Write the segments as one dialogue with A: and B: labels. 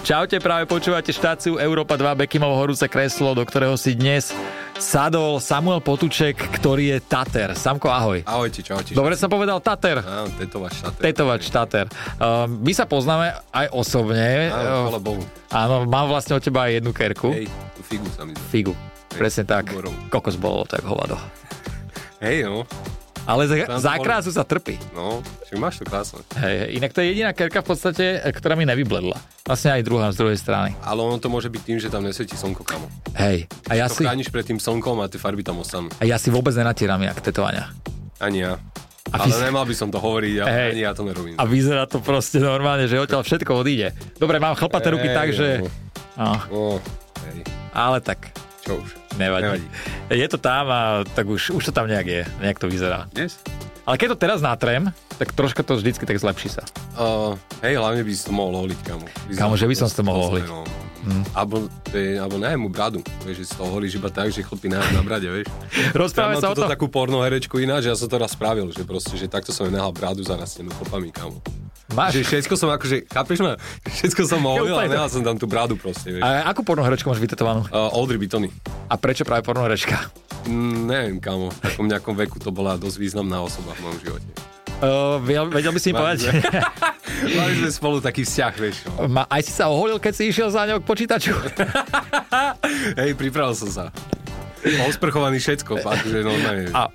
A: Čaute, práve počúvate štáciu Európa 2 Bekimovo horúce kreslo, do ktorého si dnes sadol Samuel Potuček, ktorý je Tater. Samko, ahoj.
B: Ahojte, čaute.
A: Dobre som povedal Tater.
B: Áno, tetovač šater.
A: Tetovač Tater. Uh, my sa poznáme aj osobne.
B: Áno, chvala
A: Uh,
B: Bohu.
A: áno, mám vlastne od teba aj jednu kerku.
B: Hej, tú figu sa mi zdá.
A: Figu. Presne tak.
B: Figurov.
A: Kokos bolo tak hovado.
B: Hej, no.
A: Ale za,
B: Tam
A: za
B: boli-
A: krásu sa trpí.
B: No, však máš to krásne.
A: Hej, inak to je jediná kerka v podstate, e, ktorá mi nevybledla. Vlastne aj druhá z druhej strany.
B: Ale ono to môže byť tým, že tam nesvieti slnko, kamo.
A: Hej, a ja
B: To
A: si,
B: chrániš pred tým slnkom a tie farby tam ostanú.
A: a ja si vôbec nenatieram jak tetovania.
B: Ani ja.
A: A
B: Ale
A: ty si-
B: nemal by som to hovoriť, ja,
A: Hej.
B: ani ja to nerobím.
A: A vyzerá to proste normálne, že odtiaľ všetko odíde. Dobre, mám chlpaté ruky
B: Ej,
A: tak, že...
B: no.
A: No,
B: No, hej,
A: ale tak,
B: čo už.
A: nevadí.
B: Nevadí.
A: Je to tam a tak už, už to tam nejak je, nejak to vyzerá.
B: Yes?
A: Ale keď to teraz natrem, tak troška to vždycky tak zlepší sa.
B: Uh, hej, hlavne by si to mohol holiť, kamo. By
A: Kamo, že by som si to mohol Hm. holiť.
B: No. Abo, e, alebo najmu bradu, vieš, že si to holíš iba tak, že chlpí na, na brade, vieš. Ja
A: Rozprávame
B: mám
A: sa o
B: túto
A: tom.
B: takú porno herečku ináč, ja som to raz spravil, že proste, že takto som jej nahal brádu zarastenú chlpami, kamo. Že
A: Máš?
B: všetko som akože, chápeš ma? Všetko som holil a
A: úplne to-
B: nehal som tam tú brádu proste, vieš.
A: A akú pornohračku máš vytetovanú?
B: Uh, Audrey Bitony.
A: A prečo práve pornohračka?
B: Mm, neviem, kamo, v takom nejakom veku to bola dosť významná osoba v mojom živote.
A: Uh, vedel, vedel by si mi
B: Mali
A: povedať?
B: sme- Mali sme spolu taký vzťah, vieš. no.
A: Ma, aj si sa oholil, keď si išiel za ňou k počítaču?
B: Hej, pripravil som sa. Bol sprchovaný všetko, akože normálne.
A: A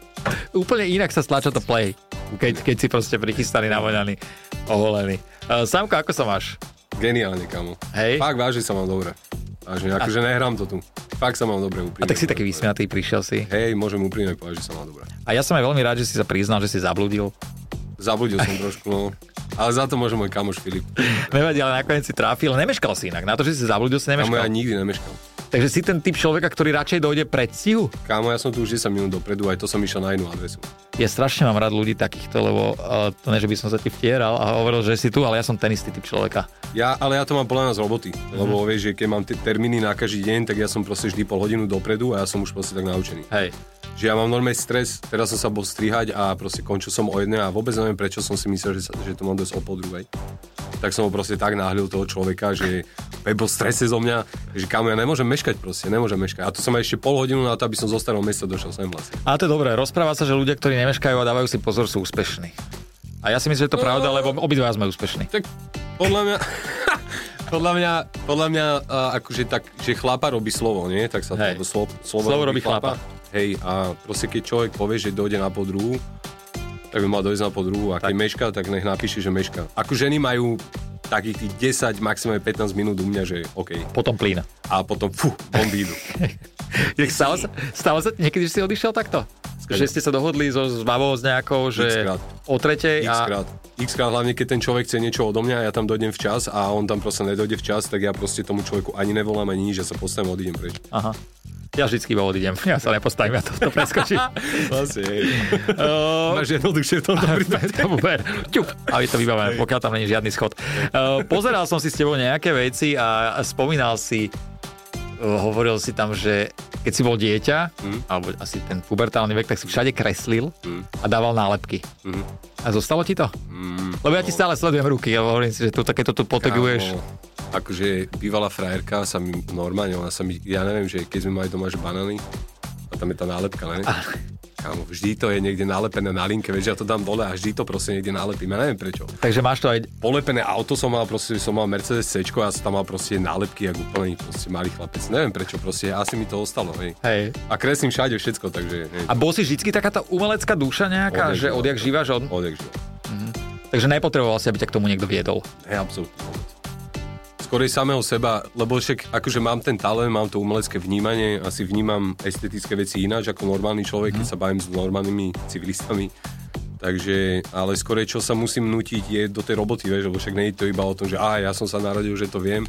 A: úplne inak sa stlača to play, keď, keď si proste prichystaný, navoňaný, oholený. Uh, Samko, ako sa máš?
B: Geniálne, kamo.
A: Hej.
B: Fakt, vážne sa mám dobre. Vážne, akože nehrám to tu. Fakt sa mám dobre úprimne.
A: A tak si taký
B: povedať.
A: vysmiatý, prišiel si.
B: Hej, môžem úprimne povedať, že sa mám dobre.
A: A ja som aj veľmi rád, že si sa priznal, že si zabludil.
B: Zabudil som trošku, no. Ale za to môže môj kamoš Filip.
A: Nevadí, ale nakoniec si tráfil. Nemeškal si inak. Na to, že si zabludil, si
B: Kamo, ja
A: nemeškal.
B: nikdy nemeškal.
A: Takže si ten typ človeka, ktorý radšej dojde predstihu.
B: Kámo, ja som tu už 10 minút dopredu, aj to som išiel na jednu adresu.
A: Ja strašne mám rád ľudí takýchto, lebo uh, to ne, že by som sa ti vtieral a hovoril, že si tu, ale ja som ten istý typ človeka.
B: Ja, ale ja to mám podľa mňa z roboty, lebo vieš, že keď mám tie termíny na každý deň, tak ja som proste vždy pol hodinu dopredu a ja som už proste tak naučený.
A: Hej.
B: Že ja mám normálny stres, teraz som sa bol strihať a proste končil som o jednej a vôbec neviem, prečo som si myslel, že, sa, že to mám dosť o pol druhej. Tak som ho proste tak náhlil toho človeka, že bol v strese zo mňa, že kámo, ja nemôžem meškať proste, nemôžem meškať. A to som mal ešte pol hodinu na to, aby som zo starého mesta došiel sem vlastne.
A: Ale to je dobré, rozpráva sa, že ľudia, ktorí nemeškajú a dávajú si pozor, sú úspešní. A ja si myslím, že to je pravda, lebo obidva sme úspešní.
B: Tak podľa mňa... Podľa mňa, podľa mňa a, akože tak, že chlapa robí slovo, nie? Tak sa to,
A: Hej.
B: alebo slovo, slovo,
A: Slovo robí chlapa.
B: Hej, a proste keď človek povie, že dojde na podruhu, tak by mal dojsť na podruhu. A keď meška, tak nech napíše, že meška. Ako ženy majú takých tých 10, maximálne 15 minút u mňa, že OK.
A: Potom plyn.
B: A potom, fú, bomby idú.
A: Jak stalo sa, stalo sa niekedy, že si odišiel takto? Že ste sa dohodli so, s babou s nejakou, že
B: X-krát.
A: o tretej a...
B: Xkrát. Xkrát hlavne, keď ten človek chce niečo odo mňa a ja tam dojdem včas a on tam proste nedojde včas, tak ja proste tomu človeku ani nevolám ani nič, že sa postavím a odídem preč.
A: Aha. Ja vždycky iba odídem. Ja sa nepostavím, ja to, to preskočím.
B: Vlastne, hej.
A: Uh,
B: Máš jednoduchšie v tomto prípade.
A: tomu ver. Ťup. A je to vybavené, pokiaľ tam není žiadny schod. Uh, pozeral som si s tebou nejaké veci a spomínal si, uh, hovoril si tam, že keď si bol dieťa,
B: Mm.
A: alebo asi ten pubertálny vek, tak si všade kreslil a dával nálepky.
B: Mm.
A: A zostalo ti to? Lebo ja ti stále sledujem ruky, ja hovorím si, že tu takéto tu poteguješ.
B: Kámo, Akože bývalá frajerka sa mi normálne, ona sa mi, ja neviem, že keď sme mali doma že banány a tam je tá nálepka, ne? Kámo, vždy to je niekde nalepené na linke, vieš, ja to dám dole a vždy to proste niekde nalepím, ja neviem prečo.
A: Takže máš to aj...
B: Polepené auto som mal, proste som mal Mercedes C, ja som tam mal proste nálepky, ako úplný proste malý chlapec. Neviem prečo, proste asi mi to ostalo, hej.
A: Hej.
B: A kreslím všade všetko, takže, hej.
A: A bol si vždy taká tá umelecká duša nejaká,
B: Odjak
A: že
B: živa.
A: odjak živa, že od...
B: Odjak živa.
A: Takže nepotreboval si, aby ťa k tomu niekto viedol.
B: Hej, absolútne. vôbec. Skorej samého seba, lebo však akože mám ten talent, mám to umelecké vnímanie, asi vnímam estetické veci ináč ako normálny človek, keď sa bavím s normálnymi civilistami. Takže, ale skorej čo sa musím nutiť je do tej roboty, vieš, lebo však nie je to iba o tom, že a ja som sa narodil, že to viem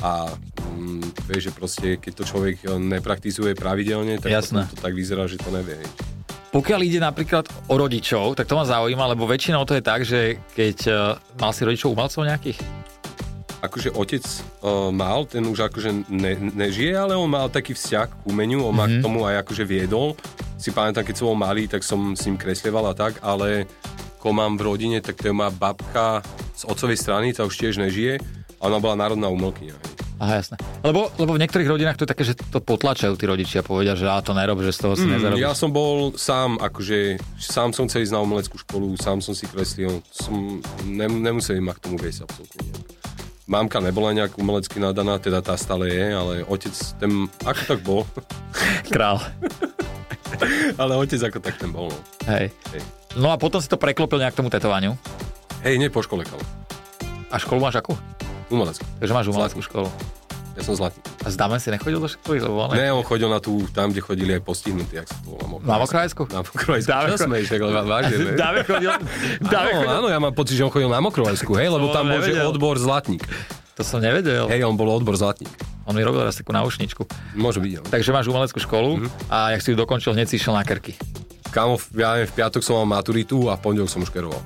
B: a mm, vieš, že proste keď to človek e, nepraktizuje pravidelne, tak
A: Jasné.
B: potom to tak vyzerá, že to nevie. hej.
A: Pokiaľ ide napríklad o rodičov, tak to ma zaujíma, lebo väčšinou to je tak, že keď uh, mal si rodičov umelcov nejakých?
B: akože otec uh, mal, ten už akože ne, nežije, ale on mal taký vzťah k umeniu, on mm-hmm. ma k tomu aj akože viedol. Si pamätám, keď som bol malý, tak som s ním kreslieval a tak, ale ko mám v rodine, tak to je moja babka z otcovej strany, tá už tiež nežije A ona bola národná umelkyňa. hej.
A: Aha, jasné. Lebo, lebo v niektorých rodinách to je také, že to potlačajú tí rodičia, povedia, že a to nerob, že z toho si mm,
B: Mm,
A: nezarobíš.
B: ja som bol sám, akože sám som chcel ísť na umeleckú školu, sám som si kreslil, som, ne, nemuseli ma k tomu viesť absolútne. nejak. Mamka nebola nejak umelecky nadaná, teda tá stále je, ale otec ten, ako tak bol,
A: Král.
B: ale otec ako tak ten bol. No.
A: Hej.
B: Hej.
A: No a potom si to preklopil nejak k tomu tetovaniu.
B: Hej, nie po škole, kamo.
A: A školu máš akú?
B: Umelecký.
A: Takže máš umeleckú školu.
B: Ja som zlatý.
A: A zdáme si nechodil do školy, lebo on...
B: Ne, on chodil na tú, tam, kde chodili aj postihnutí, jak sa to volá.
A: Na Mokrajsku?
B: Na Mokrojsku.
A: Dáve-
B: Čo smeješ, tak ale vážne, ne?
A: Dáve chodil... Dáve
B: Áno,
A: chodil...
B: áno, ja mám pocit, že on chodil na Mokrojsku, hej, lebo
A: som
B: tam bol, že
A: nevedel.
B: odbor Zlatník.
A: To som nevedel.
B: Hej, on bol odbor Zlatník.
A: On mi robil raz takú naušničku.
B: Môže byť, ale.
A: Takže máš umeleckú školu
B: Mhm.
A: a jak si ju dokončil, hneď si išiel na krky.
B: Kámo, v- ja neviem, v piatok som mal maturitu a v pondelok som už keroval.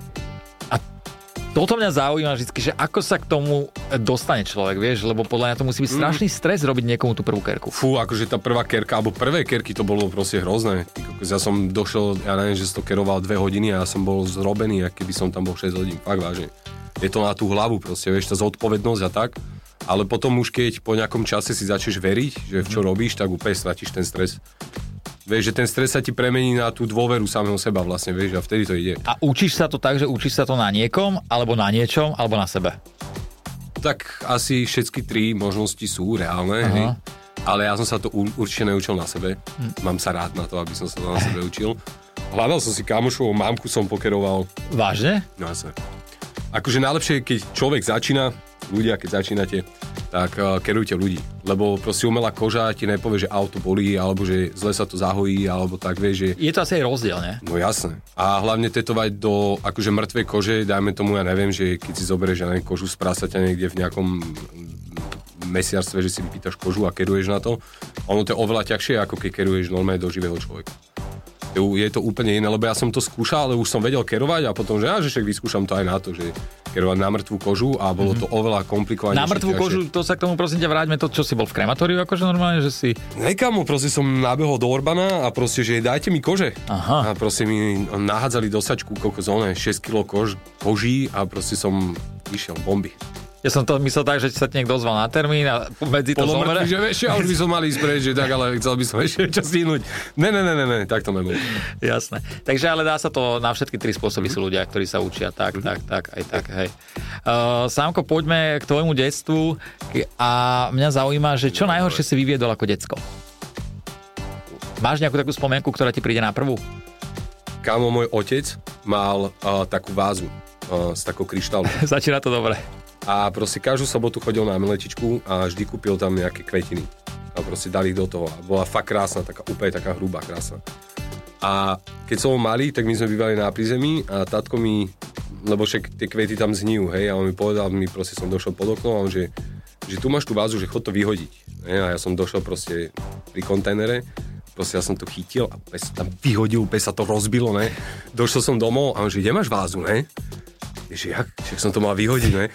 A: Toto mňa zaujíma vždy, že ako sa k tomu dostane človek, vieš, lebo podľa mňa to musí byť strašný stres robiť niekomu tú prvú kerku.
B: Fú, akože tá prvá kerka, alebo prvé kerky, to bolo proste hrozné. Ty kokos, Ja som došiel, ja neviem, že som to keroval dve hodiny a ja som bol zrobený, ak keby som tam bol 6 hodín, fakt vážne. Je to na tú hlavu proste, vieš, tá zodpovednosť a tak. Ale potom už keď po nejakom čase si začneš veriť, že v čo robíš, tak úplne stratíš ten stres. Vieš, že ten stres sa ti premení na tú dôveru samého seba vlastne, vieš, a vtedy to ide.
A: A učíš sa to tak, že učíš sa to na niekom, alebo na niečom, alebo na sebe.
B: Tak asi všetky tri možnosti sú reálne, hej. ale ja som sa to u- určite neučil na sebe. Mám sa rád na to, aby som sa to na sebe učil. Hľadal som si kamošovú mamku, som pokeroval.
A: Vážne?
B: No jasne. Akože najlepšie je, keď človek začína, ľudia, keď začínate, tak uh, kerujte ľudí. Lebo proste umelá koža ti nepovie, že auto bolí, alebo že zle sa to zahojí, alebo tak, vieš, že
A: Je to asi aj rozdiel, ne?
B: No jasné. A hlavne tetovať do akože mŕtvej kože, dajme tomu, ja neviem, že keď si zoberieš ja neviem, kožu z prasaťa niekde v nejakom mm, mesiarstve, že si vypýtaš kožu a keruješ na to. Ono to je oveľa ťažšie, ako keď keruješ normálne do živého človeka. Je u- Je to úplne iné, lebo ja som to skúšal, ale už som vedel kerovať a potom, že ja, že však vyskúšam to aj na to, že kerovať na mŕtvú kožu a bolo to oveľa komplikovanejšie.
A: Mhm. Na mŕtvú
B: ťažšie.
A: kožu, to sa k tomu prosím ťa vráťme, to čo si bol v krematóriu, akože normálne, že si...
B: Hej kamo, proste som nabehol do Orbana a proste, že dajte mi kože.
A: Aha.
B: A proste mi nahádzali do sačku kokos, oné, 6 kg kož, koží a proste som išiel bomby.
A: Ja som to myslel tak, že sa ti niekto ozval na termín a medzi to zomre.
B: Polomrtvý, že vieš, ja už by som mal ísť preč, že tak, ale chcel by som ešte čo stihnúť. Ne, ne, ne, ne, ne, tak to nebolo.
A: Jasné. Takže ale dá sa to na všetky tri spôsoby sú ľudia, ktorí sa učia tak,
B: Mhm.
A: tak, tak, aj tak, hej. Uh, Sámko, poďme k tvojmu detstvu K- a mňa zaujíma, že čo najhoršie si vyviedol ako decko? Máš nejakú takú spomienku, ktorá ti príde na prvú?
B: Kámo, môj otec mal uh, takú vázu uh, s takou kryštálom.
A: Začína to dobre.
B: A proste každú sobotu chodil na miletičku a vždy kúpil tam nejaké kvetiny. A proste dali ich do toho. A bola fakt krásna, taká úplne taká hrubá, krásna. A keď som bol malý, tak my sme bývali na prízemí a tatko mi, lebo však tie kvety tam znijú, hej, a on mi povedal, mi proste som došiel pod okno a on že, že tu máš tú vázu, že chod to vyhodiť. Hej, a ja som došiel proste pri kontajnere, proste ja som to chytil a úplne sa tam vyhodil, úplne sa to rozbilo, ne. Došiel som domov a on že, kde máš vázu, ne? Ježi, jak? Však som to mal vyhodiť, ne?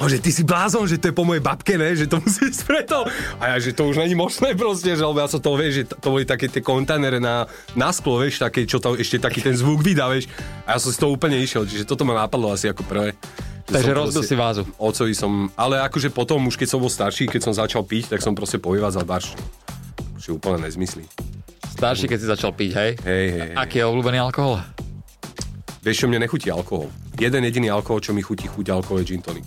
B: On, že ty si blázon, že to je po mojej babke, ne? Že to musí ísť preto. A ja, že to už není možné proste, že lebo ja som to, vieš, že to, to boli také tie kontajnere na, na sklo, vieš, také, čo tam ešte taký ten zvuk vydá, vieš. A ja som si to úplne išiel, čiže toto ma napadlo asi ako prvé. Že
A: Takže
B: som
A: rozbil si vázu.
B: Ocovi som, ale akože potom, už keď som bol starší, keď som začal piť, tak som proste povyvádzal barš. Čiže úplne nezmyslí.
A: Starší, keď si začal piť, hej?
B: Hej, hej, hej.
A: Aký je obľúbený alkohol?
B: Vieš, čo mne nechutí alkohol. Jeden jediný alkohol, čo mi chutí, chuť alkohol je gin tonic.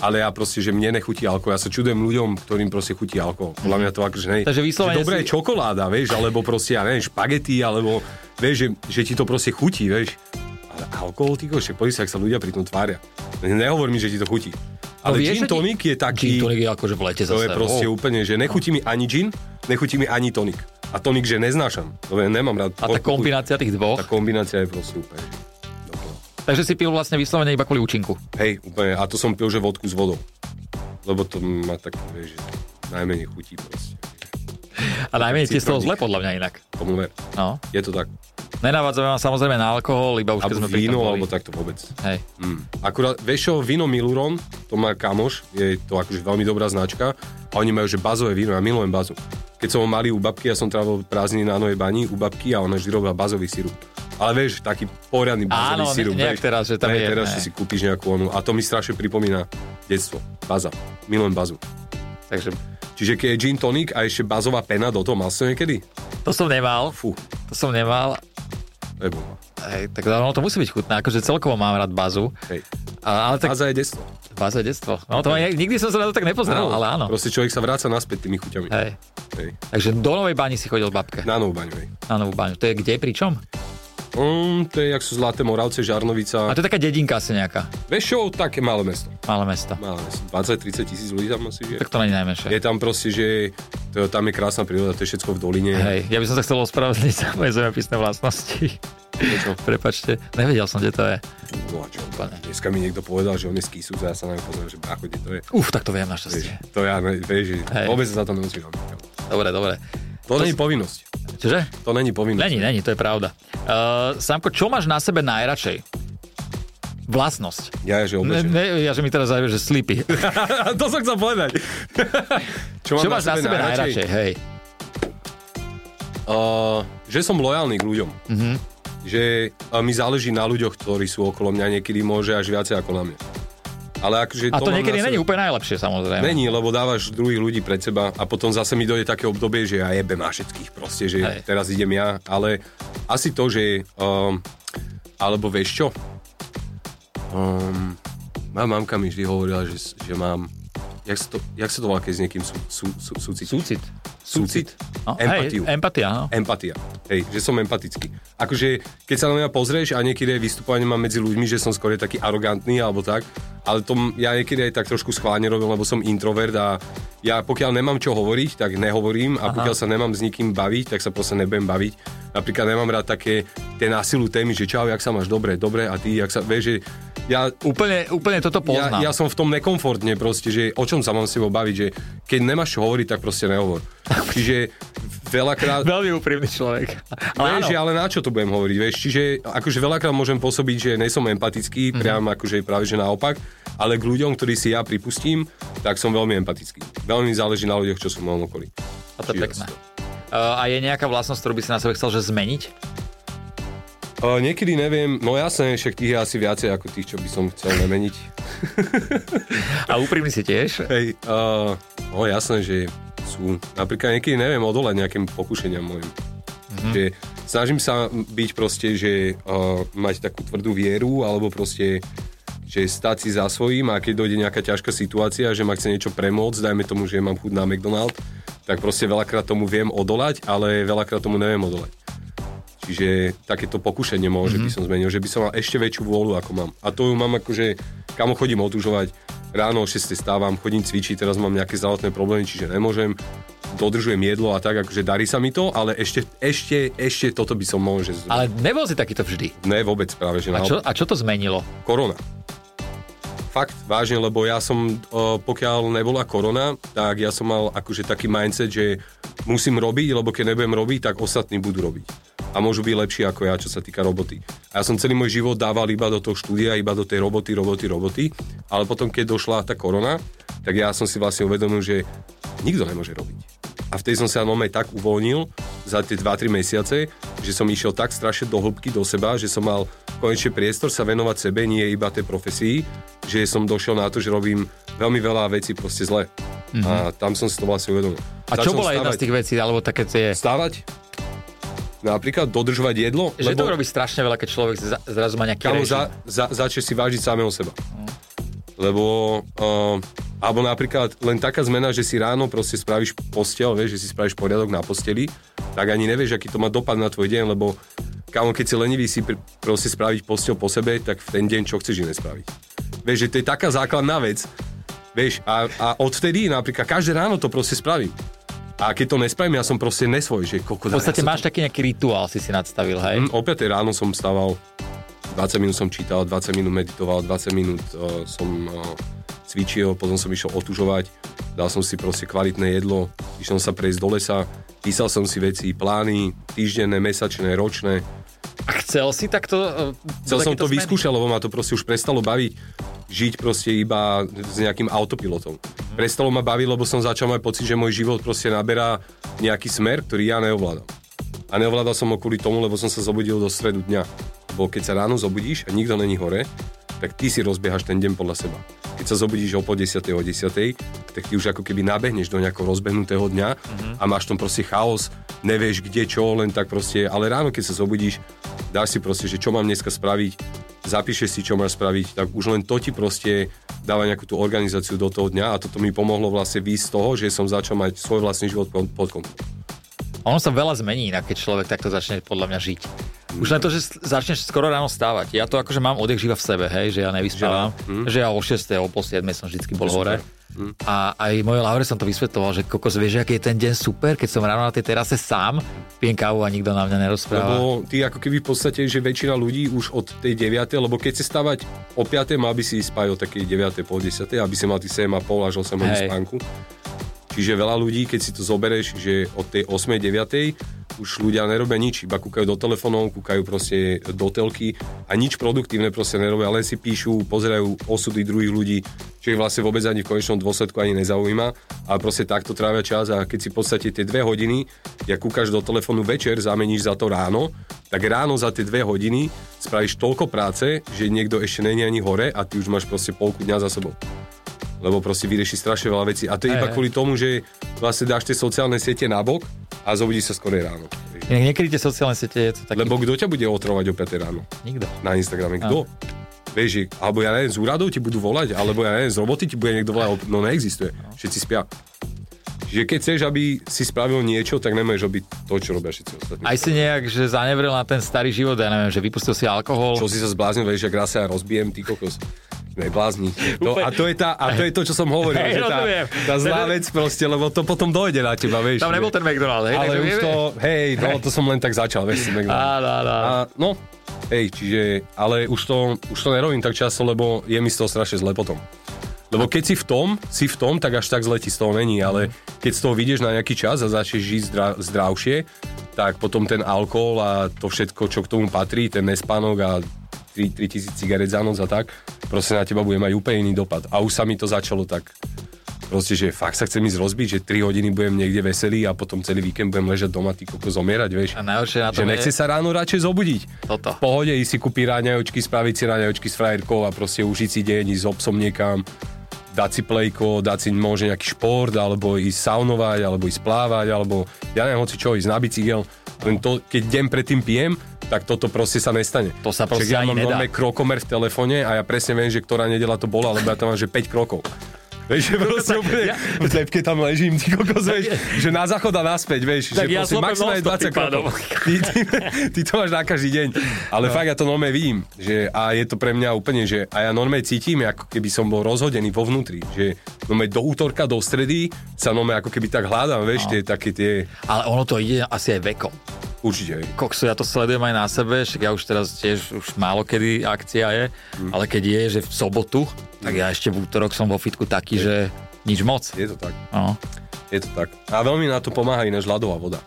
B: Ale ja proste, že mne nechutí alkohol. Ja sa čudujem ľuďom, ktorým proste chutí alkohol. Podľa mňa to akože nej.
A: Takže vyslovene
B: Dobré
A: si-
B: si... čokoláda, vieš, alebo proste, ja neviem, špagety, alebo vieš, že, že ti to proste chutí, vieš. Ale alkohol, ty košek, pozri sa, ak sa ľudia pri tom tvária. Nehovor mi, že ti to chutí. Ale
A: No vieš, že
B: gin
A: ti-
B: tonic je taký...
A: Gin tonic je akože v lete
B: To
A: zase.
B: je proste
A: Oh.
B: úplne, že nechutí mi ani gin, nechutí mi ani tonik. A tonik, že neznášam. To je, nemám rád.
A: A tá kombinácia tých dvoch.
B: Tá kombinácia je proste úplne. že dokola.
A: Takže si pil vlastne vyslovene iba kvôli účinku.
B: Hej, úplne. A to som pil, že vodku s vodou. Lebo to má tak, vieš, že najmenej chutí proste.
A: A najmenej ti je z toho
B: Citronik.
A: zle podľa mňa inak.
B: Tomu ver.
A: No.
B: Je to tak.
A: Nenavádzame vám samozrejme na alkohol, iba už keď
B: Alebo
A: sme pri tom
B: víno,
A: boli.
B: alebo takto vôbec.
A: Hej.
B: Mm. Akurát, vieš čo, víno Miluron, to má kamoš, je to akože veľmi dobrá značka a oni majú, že bazové víno, ja milujem bazu. Keď som ho mali u babky, ja som trávil prázdniny na Novej bani u babky a ona vždy robila bazový sirup. Ale vieš, taký poriadny bazový
A: Áno,
B: sirup.
A: nejak
B: vieš.
A: teraz, že tam
B: Ne,
A: je,
B: teraz,
A: ne.
B: že si kúpiš nejakú onu. A to mi strašne pripomína Detstvo. Baza. Milujem bazu.
A: Takže
B: Čiže keď je gin tonic a ešte bazová pena do toho, mal som niekedy?
A: to som nemal,
B: Fú,
A: to som nemal,
B: to je bomba.
A: Hej, tak ono to musí byť chutné, akože celkovo mám rád bazu,
B: Hej.
A: a, ale tak
B: Baza je detstvo.
A: baza je detstvo. No to aj, nikdy som sa na to tak nepozeral, ale áno.
B: Proste človek sa vráca naspäť tými chuťami.
A: Hej.
B: Hej.
A: Takže do Novej bani si chodil babke.
B: Na novú baňu, hej.
A: Na Novú baňu. To je kde, pri čom?
B: Mm, to je, jak sú Zlaté
A: A
B: Moravce, Žarnovica.
A: to je taká dedinka asi nejaká,
B: Vieš čo, také malé mesto.
A: malé mesto.
B: Malé mesto. 20-30 tisíc ľudí tam asi žije.
A: Tak to není najmenšie.
B: Je tam proste, že to, tam je krásna príroda, to je všetko v doline.
A: Hej, ja by som sa chcel ospravedlniť za moje zemepisné vlastnosti.
B: Niečo.
A: Prepačte, nevedel som, kde to je.
B: No a čo,
A: Úplne.
B: dneska mi niekto povedal, že on je z Kisu, a ja sa na ňo pozriem, že brácho, kde to je.
A: Uf, tak to viem
B: Vieš,
A: našťastie.
B: to ja, ne, vieš, že
A: Hej.
B: vôbec sa za to nemusím robiť.
A: Dobre, dobre.
B: To, není povinnosť.
A: Čože?
B: To není povinnosť.
A: Není, není, to je pravda. Uh, Samko, čo máš na sebe najradšej? Vlastnosť.
B: Ja je, že
A: Ne,
B: oblečený.
A: ne, ja, že mi teraz zaujíma, že slipy.
B: to som chcel povedať. čo,
A: Čo máš na sebe najradšej? Hej.
B: Uh, že som lojálny k ľuďom.
A: Mhm.
B: Mm-hmm. Že uh, mi záleží na ľuďoch, ktorí sú okolo mňa, niekedy môže až viacej ako na mňa. Ale akože
A: A to
B: mám
A: niekedy
B: na
A: není
B: sebe-
A: úplne najlepšie, samozrejme.
B: Není, lebo dávaš druhých ľudí pred seba a potom zase mi dojde také obdobie, že ja jebem na všetkých proste, že
A: Hej.
B: teraz idem ja, ale asi to, že um, alebo vieš čo? Um, moja mamka mi vždy hovorila, že, že mám jak sa to, jak sa to volá, keď s niekým sú, sú, sú, súcit?
A: Súcit.
B: Súcit.
A: No,
B: Empatiu.
A: Hej, empatia, no.
B: Empatia. Hej, že som empatický. Akože, keď sa na mňa pozrieš a niekedy aj vystupovanie mám medzi ľuďmi, že som skôr taký arogantný alebo tak, ale to m- ja niekedy aj tak trošku schválne robím, lebo som introvert a ja pokiaľ nemám čo hovoriť, tak nehovorím a pokiaľ sa nemám s nikým baviť, tak sa proste nebudem baviť. Napríklad nemám rád také tie násilu témy, že čau, jak sa máš dobre, dobre a ty, jak sa, vieš, že ja
A: Úplne, úplne toto poznám.
B: ja, ja som v tom nekomfortne proste, že o čom sa mám s tebou baviť, že keď nemáš čo hovoriť, tak proste nehovor. Čiže veľakrát...
A: Veľmi úprimný človek. Ale áno,
B: Vieš, že ale na čo to budem hovoriť, vieš, čiže akože veľakrát môžem pôsobiť, že nie som empatický, mm-hmm. priam akože práve že naopak, ale k ľuďom, ktorí si ja pripustím, tak som veľmi empatický. Veľmi záleží na ľuďoch, čo sú v mojom okolí.
A: a to je
B: Čiže
A: pekné. Uh, a je nejaká vlastnosť, ktorú by si na sebe chcel že zmeniť?
B: Uh, niekedy neviem, no jasné, však tých je asi viacej ako tých, čo by som chcel nemeniť.
A: A úprimný si tiež?
B: Hej, uh, no jasné, že sú. Napríklad niekedy neviem odolať nejakým pokušeniam mojim. Mm-hmm. Že snažím sa byť proste, že uh, mať takú tvrdú vieru, alebo proste že stať si za svojím a keď dojde nejaká ťažká situácia, že ma chce niečo premôcť, dajme tomu, že mám chuť na McDonald, tak proste veľakrát tomu viem odolať, ale veľakrát tomu neviem odolať. Čiže takéto pokušenie môže
A: Mhm.
B: mm-hmm. by som zmenil, že by som mal ešte väčšiu vôľu, ako mám. A to ju mám akože, kam chodím otužovať. Ráno o 6 stávam, chodím cvičiť, teraz mám nejaké zdravotné problémy, čiže nemôžem. Dodržujem jedlo a tak, akože darí sa mi to, ale ešte, ešte, ešte toto by som mohol, že... Ale...
A: Ale nebol si takýto vždy.
B: Ne, vôbec práve, že
A: A
B: naopak.
A: čo, a čo to zmenilo?
B: Korona. Fakt, vážne, lebo ja som, o, pokiaľ nebola korona, tak ja som mal akože taký mindset, že musím robiť, lebo keď nebudem robiť, tak ostatní budú robiť. A môžu byť lepší ako ja, čo sa týka roboty. A ja som celý môj život dával iba do toho štúdia, iba do tej roboty, roboty, roboty. Ale potom, keď došla tá korona, tak ja som si vlastne uvedomil, že nikto nemôže robiť. A vtedy som sa normálne tak uvoľnil za tie 2-3 mesiace, že som išiel tak strašne do hĺbky do seba, že som mal konečne priestor sa venovať sebe, nie iba tej profesii, že som došiel na to, že robím veľmi veľa vecí proste zle. Mm-hmm. A tam som si to vlastne uvedomil.
A: Mhm. A čo bola jedna z tých vecí, alebo také tie...
B: Stávať, napríklad dodržovať jedlo,
A: Že to robí strašne veľa, keď človek za- zrazu má nejaký
B: Kámo,
A: režim.
B: za, za, začneš si vážiť samého seba. Lebo, uh, alebo napríklad len taká zmena, že si ráno proste spravíš postel, vieš, že si spravíš poriadok na posteli, tak ani nevieš, aký to má dopad na tvoj deň, lebo kámo, keď si lenivý si pr- proste spraviť postel po sebe, tak v ten deň čo chceš iné spraviť. Vieš, že to je taká základná vec, vieš, a, a odvtedy napríklad každé ráno to proste spravím. A keď to nespravím, ja som proste nesvoj, že koľko
A: V podstate máš taký nejaký rituál, si si nadstavil, hej?
B: Mm, O 5 ráno som stával, 20 minút som čítal, 20 minút meditoval, 20 minút uh, som uh, cvičil, potom som išiel otužovať, dal som si proste kvalitné jedlo, išiel som sa prejsť do lesa, písal som si veci, plány, týždenné, mesačné, ročné.
A: A chcel si takto... eh,
B: Chcel som
A: takéto
B: to
A: zmeny?
B: vyskúšať, lebo ma to proste už prestalo baviť žiť proste iba s nejakým autopilotom.
A: Mhm.
B: Prestalo ma baviť, lebo som začal mať pocit, že môj život proste naberá nejaký smer, ktorý ja neovládam. A neovládal som ho kvôli tomu, lebo som sa zobudil do stredu dňa. Lebo keď sa ráno zobudíš a nikto není hore, tak ty si rozbiehaš ten deň podľa seba. Keď keď sa zobudíš o po 10. o 10. tak ty už ako keby nabehneš do nejakého rozbehnutého dňa a máš tam proste chaos, nevieš kde čo, len tak proste, ale ráno keď sa zobudíš, dáš si proste, že čo mám dneska spraviť, zapíšeš si, čo máš spraviť, tak už len to ti proste dáva nejakú tú organizáciu do toho dňa a toto mi pomohlo vlastne výjsť z toho, že som začal mať svoj vlastný život pod, pod kontrolou.
A: Ono sa veľa zmení, inak keď človek takto začne podľa mňa žiť. Už len to, že s- začneš skoro ráno stávať. Ja to akože mám odjak živa v sebe, hej, že ja nevyspávam.
B: Mm.
A: Že, že ja o 6. o pol 7. som vždycky bol hore. A aj mojej Laure som to vysvetoval, že kokos, vieš, aký je ten deň super, keď som ráno na tej terase sám, pijem kávu a nikto na mňa nerozpráva.
B: Lebo ty ako keby v podstate, že väčšina ľudí už od tej 9. lebo keď chce stavať o 5. mal by si ísť spať o takej 9. po 10. aby si mal tých 7,5 až 8 hodín
A: Hej.
B: spánku. Čiže veľa ľudí, keď si to zoberieš, že od tej 8. 9. už ľudia nerobia nič, iba kúkajú do telefónov, kúkajú proste do telky a nič produktívne proste nerobia, len si píšu, pozerajú osudy druhých ľudí, čo ich vlastne vôbec ani v konečnom dôsledku ani nezaujíma a proste takto trávia čas a keď si v podstate tie dve hodiny, ja kúkaš do telefónu večer, zameníš za to ráno, tak ráno za tie dve hodiny spravíš toľko práce, že niekto ešte není ani hore a ty už máš proste polku dňa za sebou lebo proste vyrieši strašne veľa vecí. A to je
A: Hej,
B: iba
A: hej.
B: kvôli tomu, že vlastne dáš tie sociálne siete na bok a zobudíš sa skorej ráno.
A: Inak Nekryjte sociálne siete, je to taký...
B: Lebo kto ťa bude otrovať o 5 ráno
A: Nikto.
B: na Instagrame? Kto? Vieš, že- alebo ja neviem, z úradov ti budú volať, alebo ja neviem, z roboty ti bude niekto volať, no neexistuje. Všetci spia. Čiže keď chceš, aby si spravil niečo, tak nemôžeš robiť to, čo robia všetci ostatní.
A: Aj si nejak, že zanevrel na ten starý život, ja neviem, že vypustil si alkohol.
B: Čo si sa zbláznil, vieš, ak raz sa ja rozbijem, ty kokos. Neblázni. To, a, to je tá, a to je to, čo som hovoril.
A: Hej,
B: že tá,
A: rozumiem.
B: tá zlá vec proste, lebo to potom dojde na teba, vieš.
A: Tam
B: že-
A: nebol ten McDonald's, hej?
B: Ale
A: takže
B: už
A: vieme.
B: to, hej, no to som len tak začal, vieš, si McDonald's.
A: Áno, áno. áno.
B: A, no, hej, čiže, ale už to, už to nerobím tak často, lebo je mi z toho strašne zle potom. Lebo keď si v tom, si v tom, tak až tak zle ti z toho není, ale keď z toho vidieš na nejaký čas a začneš žiť zdra, zdravšie, tak potom ten alkohol a to všetko, čo k tomu patrí, ten nespánok a 3, 3000 cigaret za noc a tak, proste na teba bude mať úplne iný dopad. A už sa mi to začalo tak proste, že fakt sa chcem ísť rozbiť, že 3 hodiny budem niekde veselý a potom celý víkend budem ležať doma, ty koko zomierať, vieš.
A: A najhoršie na
B: Že
A: tom
B: nechce
A: je
B: sa ráno radšej zobudiť.
A: toto.
B: V pohode ísť si kúpiť ráňajočky, spraviť si ráňajočky s frajerkou a proste užiť si deň, ísť s obsom niekam, dať si plejko, dať si možno nejaký šport, alebo ísť saunovať, alebo ísť plávať, alebo ja neviem, hoci čo, ísť na bicykel. Len to, keď deň predtým pijem, tak toto proste sa nestane.
A: To sa proste
B: Však ja
A: ani
B: mám
A: nedá.
B: normálne krokomer v telefóne a ja presne viem, že ktorá nedela to bola, lebo ja tam mám, že 5 krokov. Vieš, že proste úplne
A: ja-
B: v tepke tam ležím, ty kokos, vieš, že na záchod a naspäť, vieš,
A: Tak
B: že
A: ja
B: proste
A: slopem
B: maximálne
A: non-stop
B: 20
A: tým pádom.
B: krokov. Ty, ty, ty to máš na každý deň. Ale no. fakt ja to normálne vidím. Že, a je to pre mňa úplne, že a ja normálne cítim, ako keby som bol rozhodený vo vnútri. Že normálne do útorka, do stredy sa normálne ako keby tak hľadám, vieš, no. tie také tie...
A: Ale ono to ide asi aj vekom.
B: Určite. hej.
A: Koksu, ja to sledujem aj na sebe, však ja už teraz tiež už málo kedy akcia je,
B: Hm.
A: ale keď je, že v sobotu, tak ja ešte v útorok som vo fitku taký, že nič moc.
B: Je to tak.
A: No.
B: Je to tak. A veľmi na to pomáha ináč ľadová voda.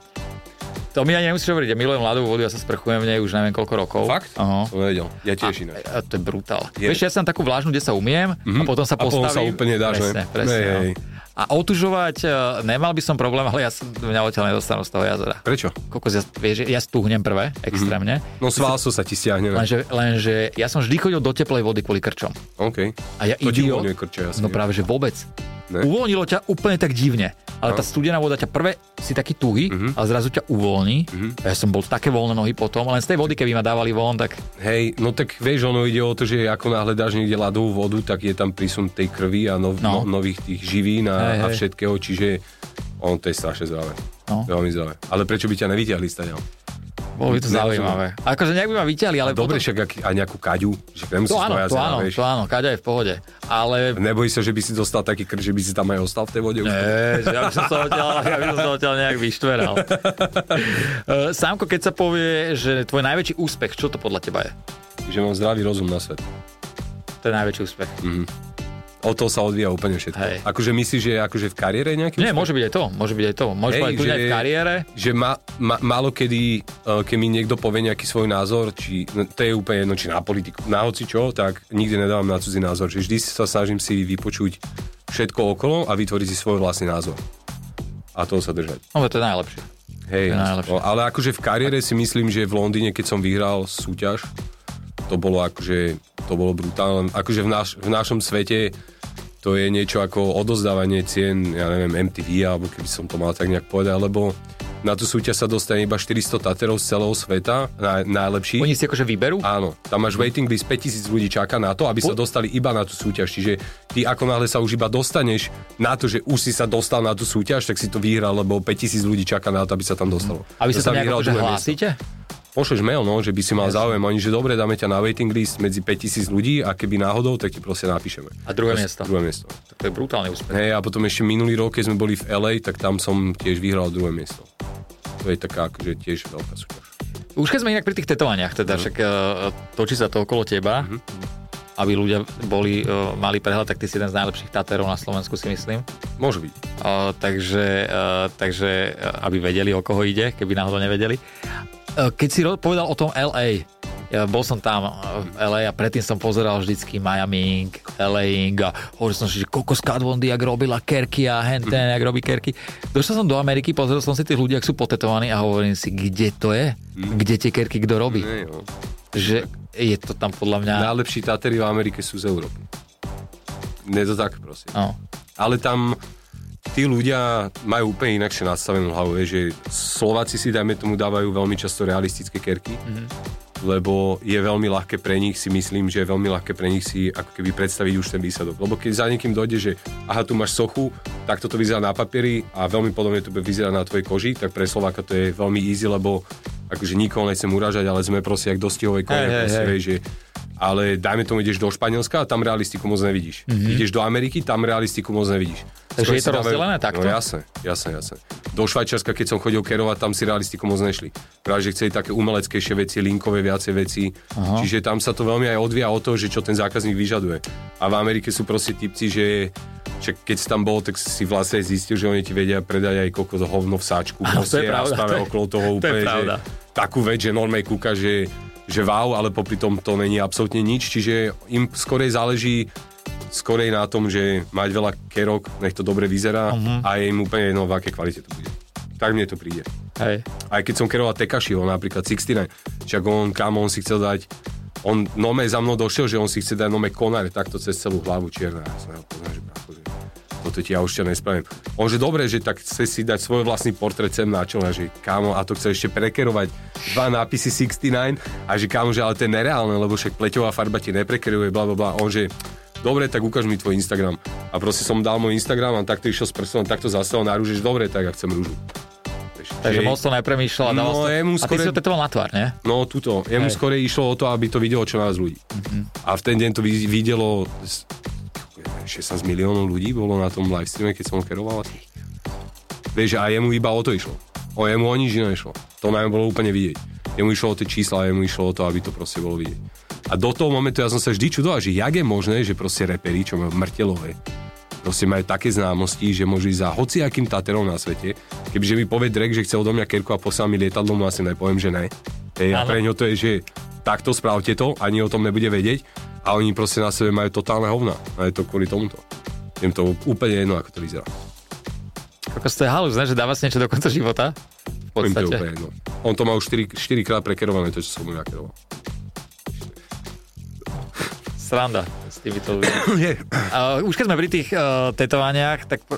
A: To mi aj nemusíš hovoriť, ja milujem ľadovú vodu, ja sa sprchujem v nej už neviem koľko rokov.
B: Fakt?
A: Aha.
B: Som nevedel. Ja tiež ináč.
A: A to je brutál.
B: Je. Mhm.
A: Vieš, ja som takú vlážnu, kde sa umiem mm-hmm. a potom sa
B: A potom
A: postavím.
B: sa úplne dáš,
A: presne,
B: ne?
A: presne,
B: Hej,
A: no.
B: hej.
A: A otužovať e, nemal by som problém, ale ja som, mňa odtiaľ nedostanú z toho jazera.
B: Prečo?
A: Kokos, ja, vieš, ja stúhnem
B: Mhm.
A: prvé, extrémne. Mm-hmm.
B: No svalso sa ti stiahne. ne?
A: Lenže, lenže ja som vždy chodil do teplej vody kvôli krčom.
B: OK.
A: A ja
B: To ti
A: idiot,
B: uvoľňuje krče asi,
A: no
B: nie?
A: práve, že vôbec.
B: Ne? No.
A: Ne? Uvoľnilo ťa úplne tak divne. Ale tá studená voda ťa prvé, si taký tuhý,
B: Mhm.
A: ale zrazu ťa uvoľní. A ja som bol také voľné nohy potom, len z tej vody, keby ma dávali von, tak
B: Hej, no tak vieš, ono ide o to, že ako náhle dáš niekde ľadovú vodu, tak je tam prísun tej krvi a nov,
A: No.
B: no. no, nových tých živín
A: Hej,
B: a, a
A: hej.
B: všetkého, čiže on to je strašne zdravé.
A: No.
B: Veľmi zdravé. Ale prečo by ťa nevyťahli stať?
A: bolo by to
B: Nerozumiem.
A: zaujímavé. Akože nejak by ma vyťahli, ale potom...
B: Dobre, však ak- a nejakú kaďu, že nemusíš
A: To áno,
B: dvojať
A: to
B: zra,
A: áno,
B: vieš.
A: to áno, kaďa je v pohode. Ale...
B: Nebojí sa, že by si dostal taký krč, že by si tam aj ostal v tej vode? už?
A: Ne, že ja by som sa odtiaľ, ja by som sa odtiaľ nejak vyštveral. Eh, Sámko, keď sa povie, že tvoj najväčší úspech, čo to podľa teba je?
B: Že mám zdravý rozum na svet.
A: To je najväčší úspech.
B: O to sa odvíja úplne všetko.
A: Hej.
B: Akože myslíš, že akože v kariére je nejaký
A: Nie,
B: úspech?
A: môže byť aj to, môže byť aj to. Môže
B: Hej,
A: byť kľudne aj
B: že-
A: v kariére.
B: že ma, ma, málo kedy, eh, keď mi niekto povie nejaký svoj názor, či no, to je úplne jedno, či na politiku, na hoci čo, tak nikdy nedávam na cudzí názor. Že vždy sa snažím si vypočuť všetko okolo a vytvoriť si svoj vlastný názor. A toho sa držať.
A: No, to je najlepšie. To
B: Hej,
A: je najlepšie.
B: no, ale akože v kariére si myslím, že v Londýne, keď som vyhral súťaž, to bolo akože, to bolo brutálne. Akože v, naš, v našom svete to je niečo ako odozdávanie cien, ja neviem, MTV, alebo keby som to mal tak nejak povedať, lebo na tú súťaž sa dostane iba 400 taterov z celého sveta, na, najlepších.
A: Oni si akože vyberú?
B: Áno, tam máš waiting list, 5000 ľudí čaká na to, aby sa dostali iba na tú súťaž. Čiže ty ako náhle sa už iba dostaneš na to, že už si sa dostal na tú súťaž, tak si to vyhral, lebo 5000 ľudí čaká na to, aby sa tam dostalo.
A: A vy
B: To
A: sa tam nejak
B: vyhral
A: akože
B: druhé miesto.
A: hlásite?
B: Pošleš mail, no, že by si mal záujem. Oni, že dobre, dáme ťa na waiting list medzi 5000 ľudí a keby náhodou, tak ti proste napíšeme.
A: A druhé
B: Proste
A: miesto.
B: Druhé miesto.
A: To je brutálny úspech.
B: Hej, a potom ešte minulý rok, keď sme boli v LA, tak tam som tiež vyhral druhé miesto. To je taká, akože tiež veľká súťaž.
A: Už keď sme inak pri tých tetovaniach, teda však uh, točí sa to okolo teba, aby ľudia boli, uh, mali prehľad, tak ty si jeden z najlepších taterov na Slovensku si myslím.
B: Môže byť.
A: Uh, takže, uh, takže uh, aby vedeli, o koho ide, keby náhodou nevedeli. Uh, keď si ro- povedal o tom LA, ja bol som tam uh, v LA a predtým som pozeral vždycky Miami Ink, LA Ink a hovoril som si, že Coco Scott Bondi, jak robila kerky a henten, jak robí kerky. Došiel som do Ameriky, pozrel som si tých ľudí, ak sú potetovaní a hovorím si, kde to je? Kde tie kerky kto robí?
B: Hej, no.
A: Že je to tam podľa mňa...
B: Najlepší Tatery v Amerike sú z Európy. Nie to tak, prosím.
A: No.
B: Ale tam tí ľudia majú úplne inakšie nastavenú hlavu, vieš, že Slováci si, dajme tomu, dávajú veľmi často realistické kerky,
A: Mhm.
B: mm-hmm. lebo je veľmi ľahké pre nich, si myslím, že je veľmi ľahké pre nich si ako keby predstaviť už ten výsledok. Lebo keď za niekým dojde, že aha, tu máš sochu, tak toto vyzerá na papieri a veľmi podobne to bude vyzerať na tvojej koži, tak pre Slováka to je veľmi easy, lebo akože nikoho nechcem uražať, ale sme proste jak dostihovej
A: Hej,
B: kone,
A: hej,
B: hey, hey,
A: hej.
B: vieš, že ale dajme tomu, ideš do Španielska a tam realistiku moc nevidíš.
A: Mhm.
B: Mm-hmm. Ideš do Ameriky, tam realistiku moc nevidíš.
A: Takže
B: Skôr
A: je
B: si
A: to
B: dávajú-
A: rozdelené takto?
B: No jasné, jasné, jasné. Do Švajčiarska, keď som chodil kerovať, tam si realistiku moc nešli. Práve, že chceli také umeleckejšie veci, linkové viacej veci. Aha. Čiže tam sa to veľmi aj odvíja od toho, že čo ten zákazník vyžaduje. A v Amerike sú proste typci, že že keď si tam bol, tak si vlastne zistil, že oni ti vedia predať aj kokos hovno v sáčku.
A: Áno, to je
B: proste, a
A: pravda,
B: spravia
A: to je-
B: okolo
A: to
B: toho
A: je
B: úplne,
A: pravda.
B: že takú vec, že normálne kúka, že, že wow, ale popri tom to není absolútne nič, čiže im skorej záleží skorej na tom, že mať veľa kerok, nech to dobre vyzerá
A: Mhm.
B: uh-huh. a je im úplne jedno, v akej kvalite to bude. Tak mne to príde.
A: Hej.
B: Aj keď som keroval Tekašiho, napríklad 69, však on, kam on si chcel dať, on nome za mnou došiel, že on si chce dať nome konar takto cez celú hlavu čierna. Ja som ho poznal, že brácho, že toto ti ja už ťa nespravím. On že dobre, že tak chce si dať svoj vlastný portrét sem na čelo, a že kámo, a to chce ešte prekerovať dva nápisy 69 a že kámo, že ale to je nereálne, lebo však pleťová farba ti neprekeruje, bla bla bla. On že dobre, tak ukáž mi tvoj Instagram. A proste som dal môj Instagram a takto išiel s prstom, takto zastavil na rúže, že dobre, tak ja chcem rúžu.
A: Takže
B: Že-
A: moc to nepremýšľal. a dával
B: No,
A: si to-
B: jemu
A: A ty si
B: skore-
A: to tetoval na tvár, nie?
B: No tuto, jemu
A: Hej.
B: skorej išlo o to, aby to videlo čo najviac ľudí. A v ten deň to vid- videlo s- 16 miliónov ľudí bolo na tom livestreame, keď som ho keroval. Vieš, a jemu iba o to išlo. O jemu o nič iné išlo. To nám bolo úplne vidieť. Jemu išlo o tie čísla, jemu išlo o to, aby to proste bolo vidieť. A do toho momentu ja som sa vždy čudoval, že jak je možné, že proste reperi, čo majú mŕtelové, proste majú také známosti, že môžu ísť za hociakým taterom na svete. Kebyže mi povie Drake, že chce odo mňa kerku a poslal mi lietadlo, mu asi nepoviem, že ne. Hej, a
A: Áno.
B: pre ňo to je, že takto spravte to, ani o tom nebude vedieť a oni proste na sebe majú totálne hovna. A je to kvôli tomuto. Im to úplne jedno, ako to vyzerá.
A: Ako to je halus, ne? že dáva si niečo do konca života? V
B: Im to je
A: podstate.
B: úplne jedno. On to má už 4, 4 krát prekerované, to, čo som mu ja keroval.
A: Sranda s týmito ľuďmi.
B: Nie.
A: Uh, už keď sme pri tých uh, tetovaniach, tak po-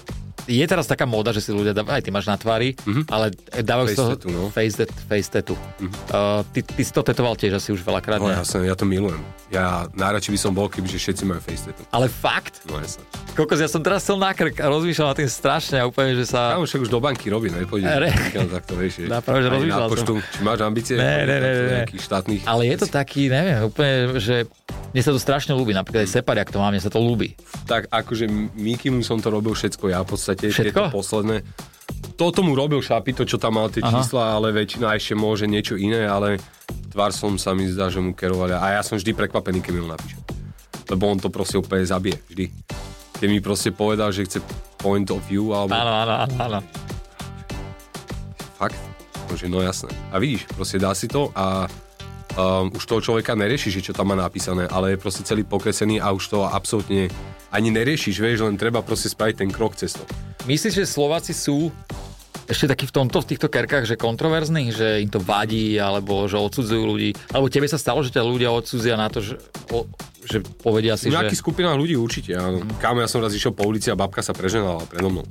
A: je teraz taká móda, že si ľudia dávajú, aj ty máš na tvári, ale dávajú
B: Mhm.
A: z
B: Face
A: toho
B: tattoo, no. Mhm.
A: face, tat- face tattoo. Uh, ty, ty si to tetoval tiež asi už veľakrát,
B: No
A: ne?
B: jasné, ja to milujem. Ja najradšej by som bol, kebyže všetci majú face tattoo.
A: Ale fakt?
B: No jasné.
A: Kokos, ja som teraz chcel na krk a rozmýšľal nad tým strašne a úplne, že
B: Ja
A: sa...
B: už však už do banky robí, nepôjde.
A: Re-
B: Ja tak to vieš, je.
A: Na pravde, že
B: Ani
A: rozmýšľal
B: na poštu, či máš ambície?
A: Ne, ne, ne,
B: do
A: ne.
B: Nejakých štátnych.
A: Ale je to
B: vecí?
A: taký, neviem, úplne, že mne sa to strašne ľúbi, napríklad aj Separ, jak to mám, mne sa to ľúbi.
B: tak akože Mikimu som to robil všetko ja v podstate,
A: Všetko?
B: tieto posledné. Toto mu robil šapi, to čo tam mal tie
A: Aha.
B: čísla, ale väčšina ešte môže niečo iné, ale tvár som sa mi zdá, že mu kerovali. A ja som vždy prekvapený, keď mi ho napíše. Lebo on to proste úplne zabije, vždy. Keď mi proste povedal, že chce point of view, alebo
A: Áno, áno, áno, áno.
B: Fakt? Bože, no jasné. A vidíš, proste dá si to a um, už toho človeka nerieši, že čo tam má napísané, ale je proste celý pokresený a už to absolútne ani neriešiš, vieš, len treba proste spraviť ten krok cez to.
A: Myslíš, že Slováci sú ešte taký v tomto, v týchto kerkách, že kontroverzný, že im to vadí, alebo že odsudzujú ľudí. Alebo tebe sa stalo, že ťa ľudia odsudzia na to, že, o, že povedia si,
B: V nejakých
A: že... Mhm.
B: skupinách ľudí určite. Áno. Kámo, ja som raz išiel po ulici a babka sa preženala predo mnou.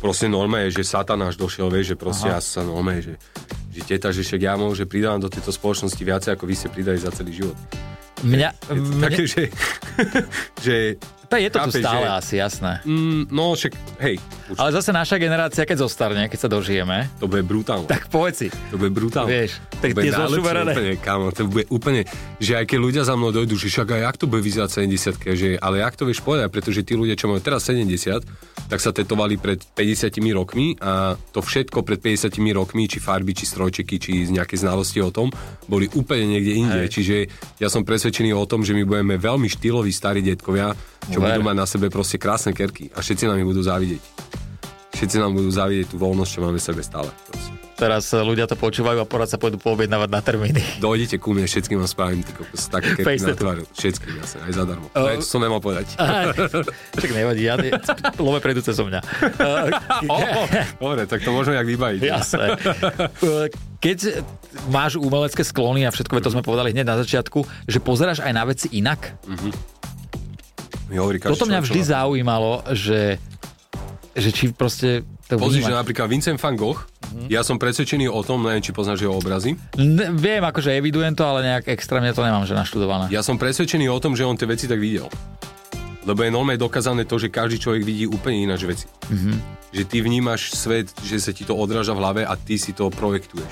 B: Proste norma je, že satan až došiel, vieš, že proste ja sa norma je, že, že teta, že však ja môžem, že pridávam do tejto spoločnosti viacej, ako vy ste pridali za celý život.
A: Mňa,
B: Je to
A: mne,
B: také, že, že
A: tá je to tu
B: chápeš,
A: stále
B: že-
A: asi, jasné.
B: mm, no však, hej, už
A: Ale zase naša generácia, keď zostarne, keď sa dožijeme,
B: to bude brutálne.
A: tak povedz si,
B: To bude brutálne.
A: Vieš, tak
B: To bude
A: tie
B: najlepšie
A: zožuverené.
B: Úplne, kámo, to bude úplne, že aj keď ľudia za mnou dojdú, že však aj jak to bude vyzerať 70 že ale jak to vieš povedať, pretože tí ľudia, čo majú teraz 70, tak sa tetovali pred 50 rokmi a to všetko pred 50 rokmi, či farby, či strojčeky, či z nejaké znalosti o tom, boli úplne niekde inde.
A: Hej.
B: Čiže ja som presvedčený o tom, že my budeme veľmi štýloví starí detkovia, čo
A: Ver.
B: budú mať na sebe proste krásne kerky a všetci nám ich budú závidieť. Všetci nám budú závidieť tú voľnosť, čo máme v sebe stále. Proste.
A: teraz e, ľudia to počúvajú a porad sa pôjdu poobjednávať na termíny.
B: Dojdete ku mne, všetkým vám spravím ty kokos. Také keď
A: Face
B: na
A: tattoo.
B: tváru. Všetkým, jasne, aj zadarmo.
A: Oh.
B: Uh, to som nemal povedať.
A: Tak nevadí, ja love prejdú cez mňa. Eh,
B: Oh, dobre, tak to môžeme jak vybaviť.
A: Jasné. E, Keď máš umelecké sklony a všetko, veď to sme povedali hneď na začiatku, že pozeráš aj na veci inak?
B: Mi hovorí každý
A: Toto mňa
B: človek,
A: vždy
B: čo má.
A: zaujímalo, že, že či proste to
B: Pozri, že
A: vnímaš.
B: napríklad Vincent van Gogh,
A: Mhm.
B: ja som presvedčený o tom, neviem, či poznáš jeho obrazy,
A: N- Viem, akože evidujem to, ale nejak extrémne to nemám, že naštudované.
B: ja som presvedčený o tom, že on tie veci tak videl. Lebo je normálne dokázané to, že každý človek vidí úplne ináč veci.
A: Mhm.
B: Že ty vnímaš svet, že sa ti to odráža v hlave a ty si to projektuješ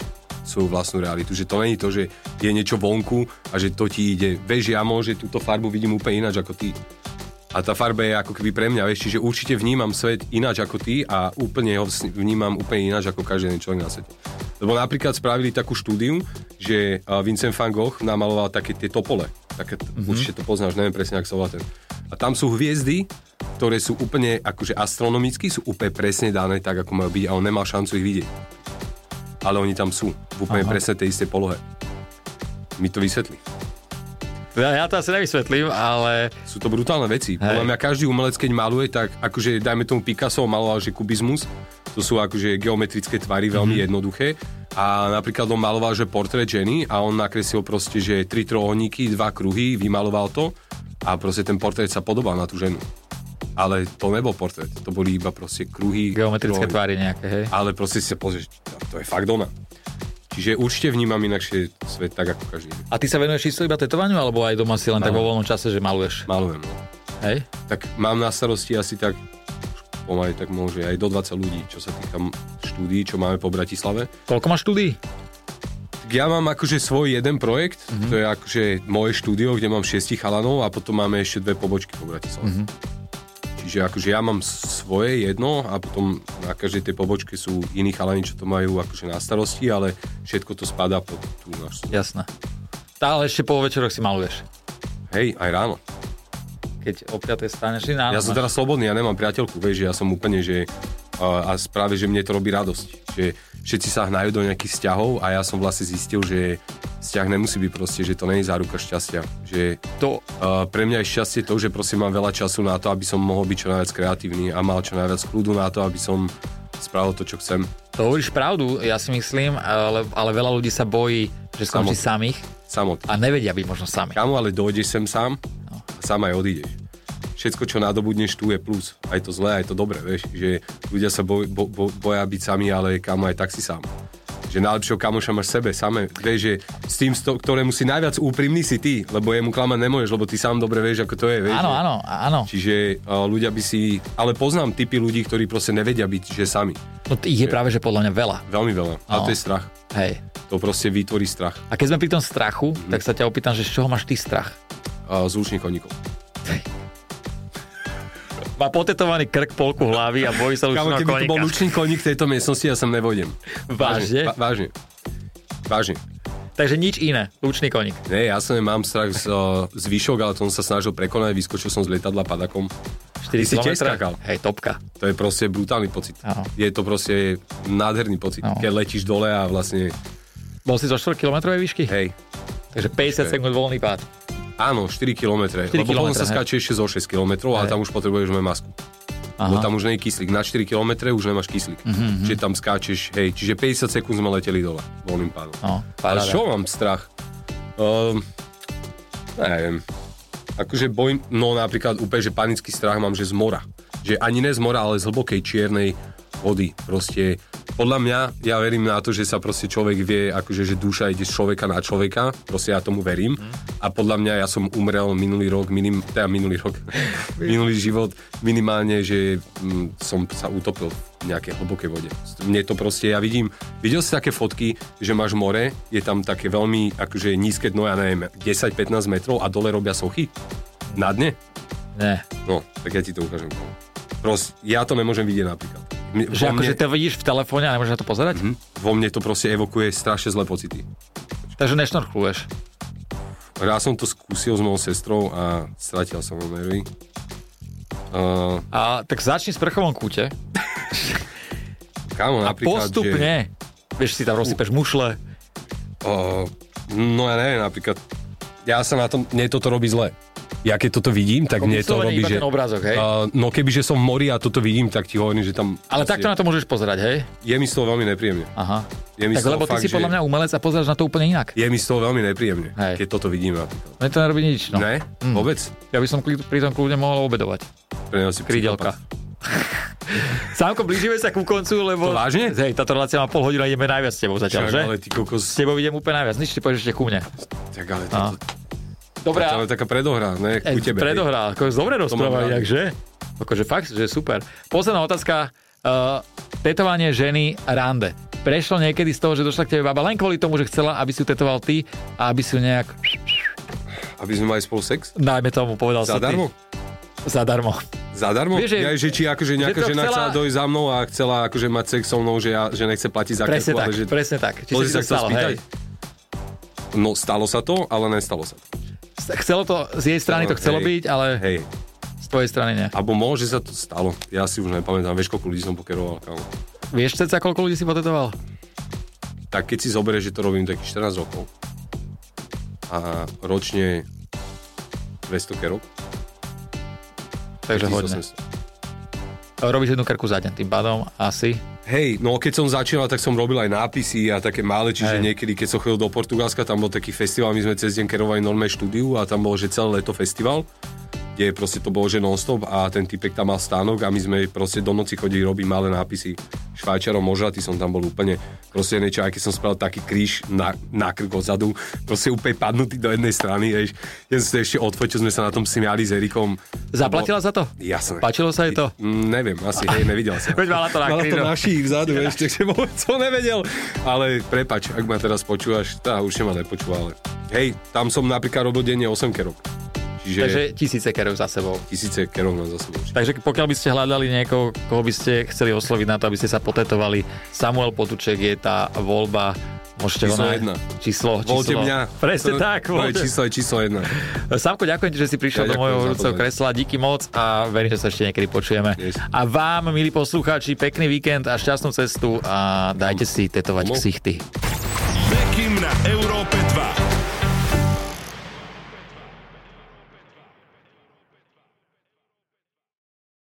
B: svoju vlastnú realitu. Že to není to, že je niečo vonku a že to ti ide. Vieš, ja môže túto farbu vidím úplne ináč ako ty. A tá farba je ako keby pre mňa, vieš, čiže určite vnímam svet ináč ako ty a úplne ho s- vnímam úplne ináč ako každý jeden človek na svete. Lebo napríklad spravili takú štúdiu, že a, Vincent van Gogh namaloval také tie topole. Také, mm-hmm. Určite to poznáš, neviem presne, ak sa volá ten. A tam sú hviezdy, ktoré sú úplne akože astronomicky, sú úplne presne dané tak, ako majú byť a on nemal šancu ich vidieť. Ale oni tam sú, v úplne Aha. presne tej istej polohe. Mi to vysvetli.
A: Ja, ja to asi nevysvetlím, ale
B: Sú to brutálne veci. Hej. Podľa mňa každý umelec, keď maluje, tak akože dajme tomu Picasso maloval, že kubizmus, to sú akože geometrické tvary veľmi
A: Mhm.
B: mm-hmm. jednoduché. A napríklad on maloval, že portrét ženy a on nakreslil proste, že tri trojuholníky, dva kruhy, vymaloval to a proste ten portrét sa podobal na tú ženu. Ale to nebol portrét, to boli iba proste kruhy.
A: geometrické
B: trojuholníky.
A: tvary nejaké, hej.
B: Ale proste si sa pozrieš, to je fakt ona. Čiže určite vnímam inakšie svet tak ako každý. iný.
A: A ty sa venuješ čisto iba tetovaniu, alebo aj doma si len
B: No.
A: tak vo voľnom čase, že maluješ?
B: Malujem. No.
A: Hej?
B: tak mám na starosti asi tak pomaly tak môže aj do 20 ľudí, čo sa týka m- štúdií, čo máme po Bratislave.
A: Koľko máš štúdií?
B: Tak ja mám akože svoj jeden projekt, mm-hmm. to je akože moje štúdio, kde mám šiestich chalanov a potom máme ešte dve pobočky po Bratislave. Mm-hmm. Čiže akože ja mám svoje jedno a potom na každej tej pobočke sú iní chalani, čo to majú akože na starosti, ale všetko to spadá pod tú našu.
A: Jasné. Tá, ale ešte po večeroch si maluješ.
B: Hej, aj ráno.
A: Keď o 5. staneš, si na...
B: Ja som teraz slobodný, ja nemám priateľku, vieš, že ja som úplne, že a, a práve, že mne to robí radosť. Že všetci sa hnajú do nejakých vzťahov a ja som vlastne zistil, že vzťah nemusí byť proste, že to není záruka šťastia. Že
A: To,
B: a, pre mňa je šťastie to, že proste mám veľa času na to, aby som mohol byť čo najviac kreatívny a mal čo najviac kľudu na to, aby som spravil to, čo chcem.
A: to hovoríš pravdu, ja si myslím, ale, ale veľa ľudí sa bojí, že skončí samých
B: Samotný.
A: a nevedia byť možno sami.
B: Kamu, ale dojdeš sem sám a
A: No.
B: sám aj odídeš. Všetko, čo nadobudneš, tu je plus. Aj to zlé, aj to dobré, vieš. Že ľudia sa boj, bo, bo, boja byť sami, ale kamo aj tak si sám. Že najlepšieho kamoša máš sebe, samé. Vieš, že s tým, s to- ktorému si najviac úprimný si ty, lebo jemu klamať nemôžeš, lebo ty sám dobre vieš, ako to je, vieš.
A: Áno,
B: že-
A: áno, áno.
B: Čiže uh, ľudia by si... Ale poznám typy ľudí, ktorí proste nevedia byť, že sami.
A: No t- ich je práve, že podľa mňa veľa.
B: Veľmi veľa. No. A
A: No.
B: to je strach.
A: Hej.
B: To proste vytvorí strach eh,
A: A keď sme pri tom strachu, mm-hmm. tak sa ťa opýtam, že z čoho máš ty strach?
B: uh, z lučných koníkov.
A: Má potetovaný krk polku hlavy a bojí sa už
B: Kámo,
A: na
B: keby to bol
A: koníka.
B: lučný koník v tejto miestnosti, ja sem nevojdem.
A: Vážne?
B: Va- vážne. Vážne.
A: Takže nič iné, lučný koník.
B: Nie, ja som mám strach z, o, z výšok, ale to som sa snažil prekonať, vyskočil som z lietadla padakom.
A: 4
B: si tiež
A: kilometre.
B: skakal?
A: Hej, topka.
B: To je proste brutálny pocit.
A: Áno.
B: Je to proste nádherný pocit,
A: Áno.
B: keď letíš dole a vlastne,
A: Bol si zo 4 kilometrovej výšky?
B: hej,
A: Takže 50 sekúnd voľný pád.
B: áno, 4 km.
A: 4
B: lebo potom
A: kilometre,
B: sa
A: hej.
B: skáče ešte zo 6 km, ale
A: Hej.
B: tam už potrebuješ mať masku. Aha. Lebo tam už nie je kyslík. Na 4 km už nemáš kyslík.
A: Mhm,
B: Mm-hmm. Čiže tam skáčeš, hej, čiže 50 sekúnd sme leteli dole voľným pádom.
A: No,
B: Ale
A: paráda.
B: čo mám strach? Um, neviem. Akože boj, no napríklad úplne, že panický strach mám, že z mora. Že ani ne z mora, ale z hlbokej čiernej vody. Proste, podľa mňa, ja verím na to, že sa proste človek vie, akože, že duša ide z človeka na človeka. Proste ja tomu verím. A podľa mňa, ja som umrel minulý rok, minim, teda minulý rok, minulý život, minimálne, že mm, som sa utopil v nejakej hlbokej vode. Mne to proste, ja vidím, videl si také fotky, že máš more, je tam také veľmi, akože nízke dno, ja neviem, 10-15 metrov a dole robia sochy. Na dne?
A: Ne.
B: No, tak ja ti to ukážem. Proste, ja to nemôžem vidieť napríklad. M-
A: Že
B: vo,
A: akože
B: mne,
A: to vidíš v telefóne a nemôžeš na to pozerať?
B: hm, vo mne to proste evokuje strašne zlé pocity.
A: Takže nešnorchluješ.
B: Raz som to skúsil s mojou sestrou a stratil som ho nervy. Uh,
A: A tak začni v sprchovom kúte
B: kámo,
A: a
B: napríklad, Že,
A: postupne, vieš, si tam rozsypeš mušle.
B: uh, no ja neviem, napríklad, ja sa na tom, mne toto robí zle. Ja keď toto vidím, tak mne to
A: vyslovene
B: robí,
A: iba
B: že...
A: ten obrázok, hej?
B: Uh, no kebyže som v mori a toto vidím, tak ti hovorím, že tam...
A: Ale takto na to môžeš pozerať, hej?
B: Je mi z toho veľmi nepríjemne.
A: Aha.
B: Je
A: tak
B: mi z toho
A: lebo ty
B: fakt,
A: si
B: že-
A: podľa mňa umelec a pozeráš na to úplne inak.
B: Je mi z toho veľmi nepríjemne,
A: Hej.
B: keď toto vidím napríklad.
A: Mne to nerobí nič, no.
B: Ne?
A: Mm.
B: Vôbec?
A: Ja by som kli- pri tom kľudne mohol obedovať.
B: Pre mňa si
A: Krydelka.
B: psychopat.
A: Sámko, blížime sa ku koncu, lebo...
B: To vážne?
A: Hej, táto relácia má pol hodina, ideme najviac s tebou zatiaľ,
B: Čak,
A: že?
B: ale ty kokos...
A: S tebou idem úplne najviac, nič ty povieš ešte ku mne.
B: Tak ale
A: No.
B: toto...
A: Dobre,
B: Ale taká predohra, ne? Ku tebe.
A: Predohrá, ako dobre rozpráva,
B: rád.
A: takže. Akože fakt, že super. Posledná otázka. Uh, tetovanie ženy rande. Prešlo niekedy z toho, že došla k tebe baba len kvôli tomu, že chcela, aby si ju tetoval ty a aby si ju nejak,
B: hej. Aby sme mali spolu sex?
A: najmä tomu, povedal si
B: Zadarmo?
A: ty. Zadarmo.
B: Zadarmo?
A: Vieš, že-
B: ja, že či akože
A: že
B: nejaká
A: to
B: žena chcela...
A: chcela-
B: dojsť za mnou a chcela akože mať sex so mnou, že, ja, že nechce platiť za
A: Presne
B: krku,
A: tak,
B: ale že...
A: presne tak. Či
B: To
A: sa
B: si sa
A: ti to
B: chcel
A: stalo,
B: spýtať?
A: hej.
B: No, stalo sa to, ale nestalo sa to.
A: Chcelo to, z jej strany to
B: Stalo,
A: chcelo
B: hej.
A: byť, ale
B: Hej,
A: z tvojej strany nie.
B: alebo môže sa to stalo. Ja si už nepamätám, vieš, koľko ľudí som pokeroval, kámo.
A: Vieš, ceca, koľko ľudí si potetoval?
B: tak keď si zoberieš, že to robím takých 14 rokov a ročne 200 kerov.
A: Takže hodne. Robíš jednu krku za deň tým pádom, asi.
B: Hej, no keď som začínal, tak som robil aj nápisy a také malé,
A: Hej.
B: čiže Hej. niekedy, keď som chodil do Portugalska, tam bol taký festival, my sme cez deň kerovali normálne štúdiu a tam bol, že celé leto festival, kde proste to bolo, že non-stop a ten typek tam mal stánok a my sme proste do noci chodili robiť malé nápisy. Švajčarom možatý som tam bol úplne proste niečo, aj keď som spravil taký kríž na, na krk odzadu, proste úplne padnutý do jednej strany, vieš. Ja som si to ešte odfotil, sme sa na tom smiali s Erikom.
A: Zaplatila za to?
B: Jasné.
A: Páčilo sa jej to?
B: Mm, Neviem, asi, hej, nevidel som.
A: Veď mala to na
B: mala to
A: krížoch.
B: na ších vzadu, vieš, takže vôbec som nevedel. Ale prepač, ak ma teraz počúvaš, tá už ma nepočúva, ale hej, tam som napríklad robil denne 8 kerov. Čiže
A: Takže tisíce kerov za sebou.
B: tisíce kerov mám za sebou.
A: Takže pokiaľ by ste hľadali niekoho, koho by ste chceli osloviť na to, aby ste sa potetovali, Samuel Potuček je tá voľba. Môžete ho
B: Číslo
A: nájsť.
B: jedna.
A: Číslo, číslo.
B: Volte mňa.
A: Presne
B: To-
A: tak.
B: Moje
A: volte.
B: číslo je číslo 1.
A: Samko, ďakujem ti, že si prišiel
B: Ja
A: do môjho
B: ďakujem za
A: horúceho
B: pozvanie.
A: kresla. Díky moc a verím, že sa ešte niekedy počujeme.
B: Yes.
A: A vám, milí poslucháči, pekný víkend a šťastnú cestu a dajte si tetovať
B: Domov.
A: ksichty.
C: Bekim na Európe 2.